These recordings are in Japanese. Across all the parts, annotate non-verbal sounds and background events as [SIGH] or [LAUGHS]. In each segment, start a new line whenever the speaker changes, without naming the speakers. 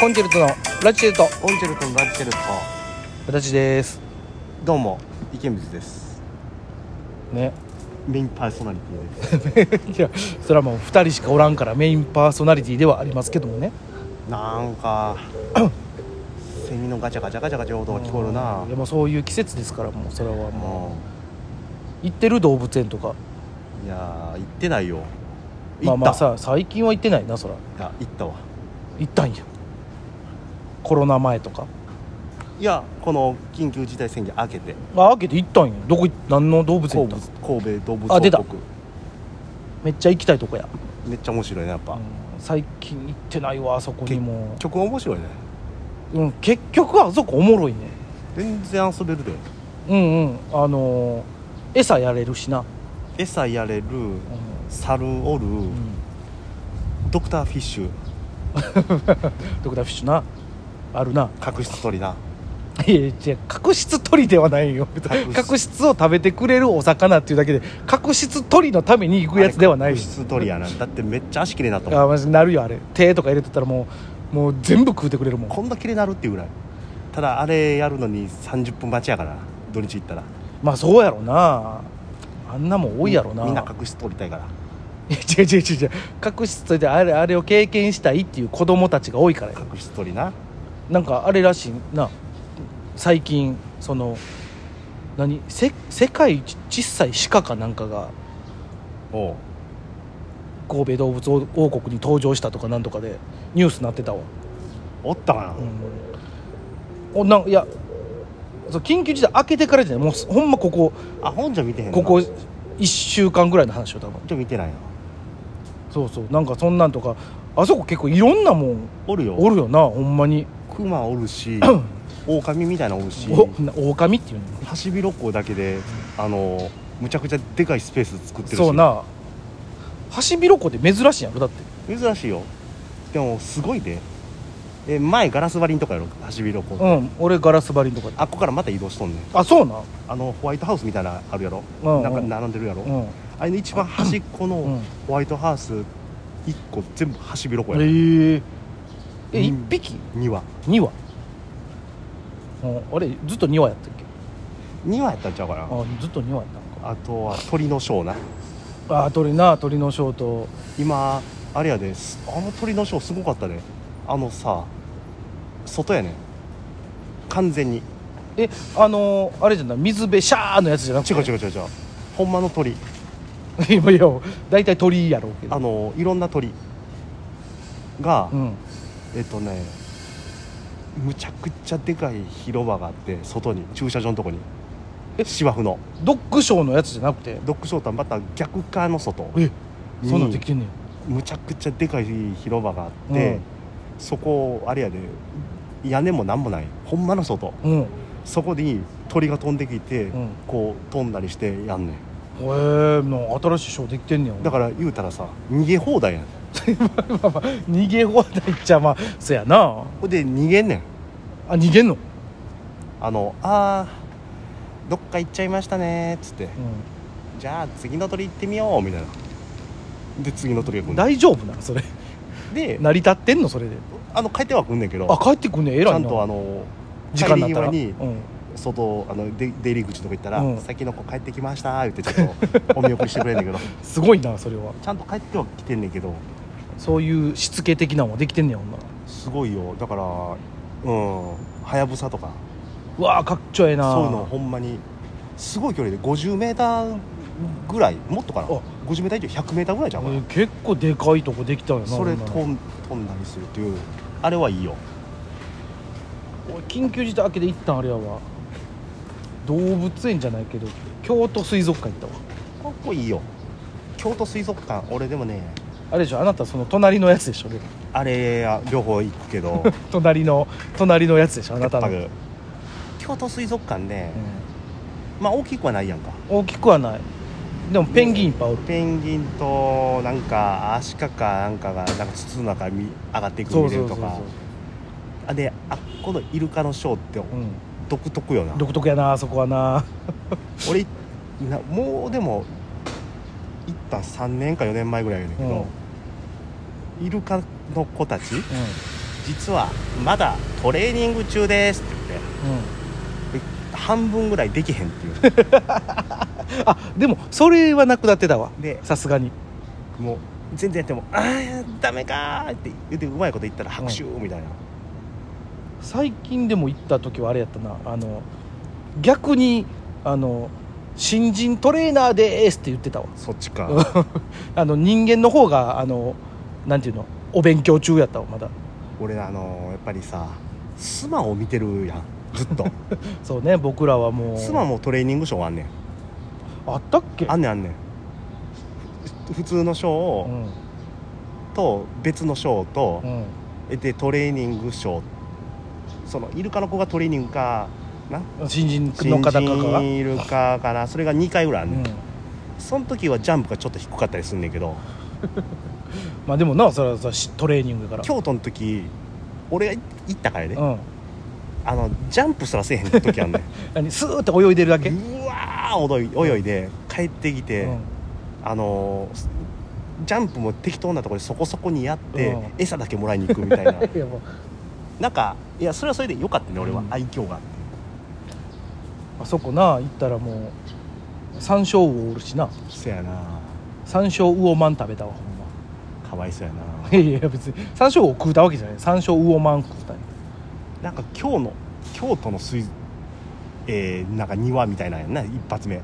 コンチェルトのラチチェルト
オンチェルトのラジチェルト
私です
どうも池水です
ね [LAUGHS]
メインパーソナリティです
いやそれはもう2人しかおらんからメインパーソナリティではありますけどもね
なんかセミのガチャガチャガチャガチャ音が聞こえるな
でもうそういう季節ですからもうそれはも
も
う行ってる動物園とか
ういやー行ってないよ
ま
行
あ
った、
まあさ最近は行ってないなそら
いや行ったわ
行ったんやコロナ前とか
いやこの緊急事態宣言明けて
あ開けて行ったんやどこ行何の動物園行っ
神
た
戸
ん
神戸動物
あ出た
王国
めっちゃ行きたいとこや、
めっちゃ面白いねやっぱ、
うん最近行ってないわあそこにも
曲面白いね
うん、結局あそこおもろいね
全然遊べるで
うんうんあのー餌やれるしな、
餌やれる猿おる、
うんうん
ドクターフィッシュ
ドクターフィッシュなあるな
角質取りない
やいや角質取りではないよ
角質
角質を食べてくれるお魚っていうだけで角質取りのために行くやつではない
物質取りやなだってめっちゃ足綺麗になったもん
あマジなるよあれ手とか入れてたらもうもう全部食うてくれるもん
こんな綺麗になるっていうぐらいただあれやるのに30分待ちやから土日行ったら
まあそうやろなあんなもん多いやろな
みんな角質取りたいから
いや違う違う違う違う角質取りであれあれを経験したいっていう子供たちが多いからよ
角質取りな
なんかあれらしいな最近その何せ世界一小さい鹿かなんかが
おう
神戸動物王国に登場したとかなんとかでニュースなってたわ、
おったかな、
おなんいやそう緊急事態明けてからじゃないもうすほんまここ
あ本じゃ見てへんな
ここ1週間ぐらいの話よ多分
じゃ見てないな
そうそうなんかそんなんとかあそこ結構いろんなもん
おるよ
おるよなほんまに
クマおるし狼みたいなのおるし
おな狼っていうの
ハシビロコウだけであのむちゃくちゃでかいスペース作ってるし
そうなハシビロコウって珍しいやろだって
珍しいよでもすごいでえ前ガラス張りんとかやろハシビロコウって、
うん俺ガラス張りのとか
あっこからまた移動しとんねん
あそうな
あのホワイトハウスみたいなのあるやろ、
うんうん
なんか並んでるやろ、
うん
あれの一番端っこ
うん
のホワイトハウス1個全部ハシビロコや、
ええ
うん
一匹
2羽
2羽、うん、あれずっと2羽やったっけ
2羽やったんちゃうかな
あずっと2羽やったのか
あとは鳥のショーな
あー鳥な鳥のショート
今あれやですあの鳥のショーすごかったねあのさ外やねん完全に
えあのーあれじゃない水辺シャーのやつじゃなく
違
て
う違う違う違うほんまの鳥
違う [LAUGHS] いやいや大体鳥やろうけど
あのいろんな鳥が、
うん
えっとねむちゃくちゃでかい広場があって外に駐車場のとこに
え
芝生の
ドッグショーのやつじゃなくて
ドッグショーとはまた逆側の外
えそんなん
に
できてんねん
むちゃくちゃでかい広場があって、
うん
そこあれやで屋根もなんもないほんまの外
うんへ
そこに鳥が飛んできて、
うん
こう飛んだりしてやんね
えー、新しいショーできてんねん
ん
[LAUGHS]
だから言うたらさ逃げ放題やん
まあまあ逃げ放題っちゃまあそやな
ほいで逃げんねん
あ逃げんの、
あのあーどっか行っちゃいましたねーっつってじゃあ次の鳥行ってみようみたいなで次の鳥が
う
来
んん、
ねん
大丈夫なのそれ
で
成り立ってんのそれで
あの帰っては来んねんけど
あ帰ってくんねえ
ち
ら
ゃ
い
ん
な
とあの
時間になったら
帰り際に
うん
外あの出出入り口とか行ったら、
うん
先の子帰ってきましたー言ってちょっとお見送りしてくれんねん
[LAUGHS]
けど
すごいなそれは
ちゃんと帰っては来てんねんけど
そういうしつけ的なのもできてんねやほんなら
すごいよだからうんはやぶさとか
うわあかっちょええな
そういうのほんまにすごい距離で50メーターぐらいもっとかな
あ
50メーター以上100メーターぐらいじゃんこ
え
れ
ー結構でかいとこできたよな
そ
ほ
れ
んなら
飛ん飛んだりするっていうあれはいいよ
俺緊急事態明けで一旦あれやわ動物園じゃないけど京都水族館行ったわ
かっこいいよ京都水族館俺でもね
あれでしょあなたその隣のやつでしょでも
あれや両方行くけど
隣の隣のやつでし [LAUGHS] ょあなたの、
多
うん
分京都水族館ね、まあ大きくはないやんか
大きくはないでもペンギンいっぱいおる、
ペンギンとなんかアシカかなんかがなんか筒の中に上がっていくの
そう
見れ
そ
る
うそ
と
うそう
かあであっこのイルカのショーって
うん
独特よな、
独特やなあそこはな
俺なもうでも行った3年か4年前ぐらいやねんけど、イルカの子たち
う
実はまだトレーニング中です」って言ってで半分ぐらいできへんっ
[LAUGHS]
ていう
あでもそれはなくなってたわ
で
さすがに
もう全然やっても「ああダメか」って言ってうまいこと言ったら拍手みたいな、
最近でも行った時はあれやったなあの逆にあの新人トレーナーでーすって言ってたわ
そっちか
[LAUGHS] あの人間の方があのなんていうのお勉強中やったわまだ
俺あのーやっぱりさスマを見てるやんずっと
そうね僕らはも [LAUGHS] う
スマもトレーニングショーあんねん
あったっけ
あんねんあんねんふ普通のシ
う
ョー
ん
と別のショーと
う、ん
えでトレーニングショーそのイルカの子がトレーニングかな
新人の
新
方々が、う
人イルカかなそれが2回ぐらいあんねん、
ん、
その時はジャンプがちょっと低かったりすんねんけど
まあでもなそれはさしトレーニングやから
京都の時俺が行ったからね、
うん
あのジャンプすらせえへん時
[LAUGHS]
あんねん
何スーッて泳いでるだけ、
うわー泳い泳いで帰ってきて、
うん
あのージャンプも適当なところでそこそこにやって、
うん
餌だけもらいに行くみた
[LAUGHS]
いな
いやもう
なんかいやそれはそれでよかったね俺
う
は、
ん
愛嬌があって
あそこな行ったらもう山椒魚おるしな
そやな
山椒魚まん食べたわほんま
かわいそうやない
やいや別に山椒魚を食うたわけじゃない山椒魚まん食うたんや
なんか今日の京都の水えー、なんか庭みたいなんやんな一発目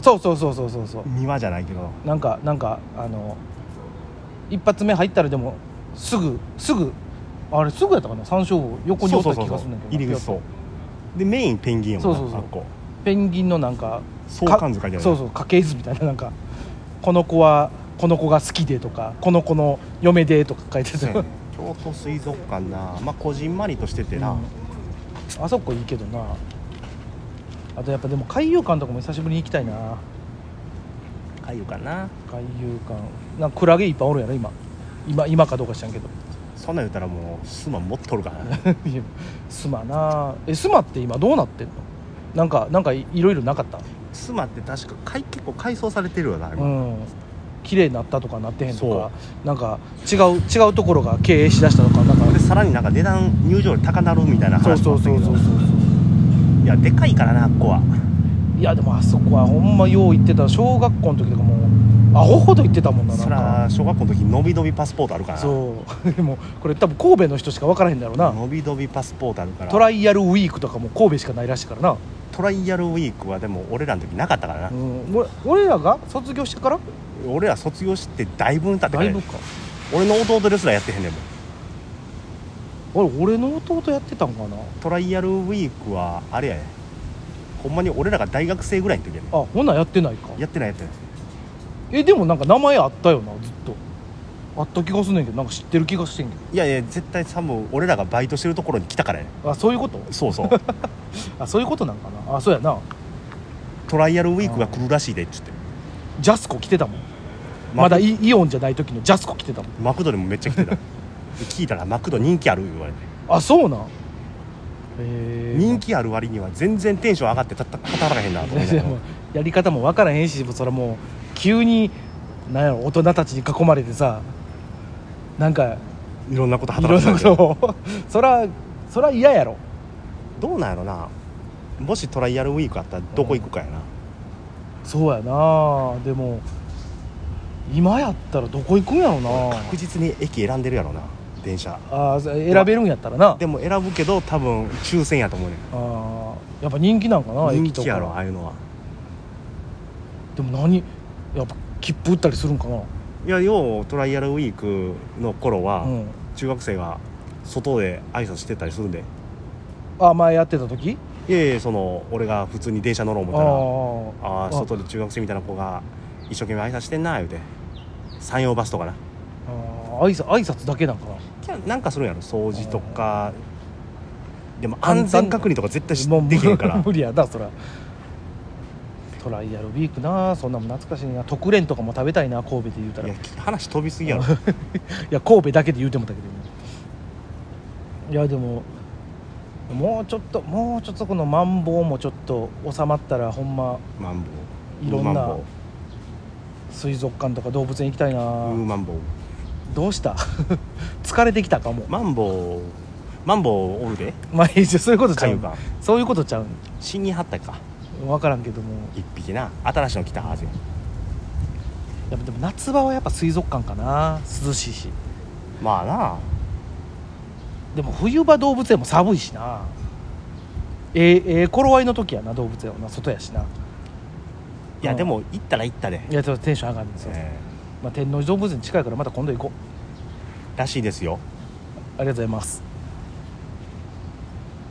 そうそうそうそうそうそう
庭じゃないけど
なんかなんかあの一発目入ったらでもすぐすぐあれすぐやったかな山椒魚横におった気がするんだけど
入り口
そう
そうでメインペンギンやもんな
そうそうそう
あっこ
ペンギンのなんか
相関図書いてあるやん
そうそう家系図みたいななんかこの子はこの子が好きでとかこの子の嫁でとか書いて
そう
た
やね京都水族館なまあこじんまりとしててな、
うんあそこいいけどなあとやっぱでも海遊館とかも久しぶりに行きたいな
かゆかな
海遊館なんかクラゲいっぱいおるやろ今今今かどうか知らんけど [LAUGHS]
そんなん言うたらもうすまん持っとるからな
いやスマなえスマって今どうなってんのなんかなんかいいろいろなかった
スマって確かかい結構改装されてるよな
う
今、
ん綺麗になったとかなってへんと
そ
かなんか違う違うところが経営しだしたとかなんか
でさらになんか値段入場料高なるみたいな
そう
話
そ
もあ
う
ったけ
そ
ど
うそうそう
いやでかいからなあっこはい
やでもあそこはほんまよう行ってた小学校の時とかもうアホほど行ってたもんななん
そ
から
小学校の時のびのびパスポートあるからな
そう [LAUGHS] でもこれ多分神戸の人しか分からへんだろうな
のびのびパスポートあるから
トライアルウィークとかも神戸しかないらしいからな、
トライアルウィークはでも俺らの時なかったからな
う、ん、俺俺らが卒業してから
俺ら卒業してだいぶ経ってか
だ
ら
い
や
ぶか
俺の弟ですらやってへんねんもん
俺俺の弟やってたんかな
トライアルウィークはあれやねほんまに俺らが大学生ぐらいの時やね
あほなやってないか
やってないやってない
えでもなんか名前あったよなずっとあった気がすんねんけどなんか知ってる気がしてんけ
いやいや絶対多分俺らがバイトしてるところに来たからやね
どあそういうこと
そう [LAUGHS] そう
あそういうことなんかなあそうやな
トライアルウィークが来るらしいでっつって
ジャスコ来てたもんまだ
マク
イイオンじゃない時のジャスコ来てたもん
マクドにもめっちゃ来 [LAUGHS] てたで聞いたらマクド人気ある言われて
あそうなんえー
人気ある割には全然テンション上がってたた働かへんなと思っ
いや
て [LAUGHS]
もう [LAUGHS] やり方も分からへんしそれもう急になんやろ大人たちに囲まれてさなんか
いろんなこと
いろ [LAUGHS]
働
ん
か
な
て
ことをそらそら嫌やろ
[LAUGHS] どうなんやろなもしトライアルウィークあったらどこ行くかやな、
そうやなでも今やったらどこ行くんやろ
[LAUGHS]
な
確実に駅選んでるやろな電車
あー選べるんやったらな
でも選ぶけど多分抽選やと思うね
あーやっぱ人気なんかなん駅
人
と
気やろあ
か
あいうのは
でも何やっぱ切符売ったりするんかない
やようトライアルウィークの頃は、
うん
中学生が外で挨拶してたりするんで
あ前やってた時
いやいやその俺が普通に電車乗ろう思
ああー
ったらああー外で中学生みたいな子が一生懸命挨拶してんな言うて山陽バスとかな
あー挨拶挨拶だけなんかな
きゃなんかするんやろ掃除とかでも安全確認とか絶対し
もう [LAUGHS]
できへんから
無理やなそらトライアルウィークなそんなもん懐かしいな特連とかも食べたいな神戸で言うたら
い
い
や
や
話飛びすぎやろ
神戸だけで言うてもたけど今いやでももうちょっともうちょっとこのマンボウもちょっと収まったらほんま
マンボウ
いろん
ウー
な
マンボウ
水族館とか動物園行きたいな、
ウーマンボウ
どうした [LAUGHS] 疲れてきたかも
マンボウマンボウおるで
まあいいじゃんそういうことちゃ
かゆ
う
が
そういうことちゃう
死にはったか
分からんけども
一匹な新しいの来たはずや
やっぱでも夏場はやっぱ水族館かな涼しいし
まあな
でも冬場動物園も寒いしなええええ頃合いの時やな動物園はな外やしない
や、
うん
でも行ったら行ったで、
いやちょっとテンション上がるんですよ、
え
まあ、天王寺動物園近いからまた今度行こう
ーらしいですよ
ありがとうございます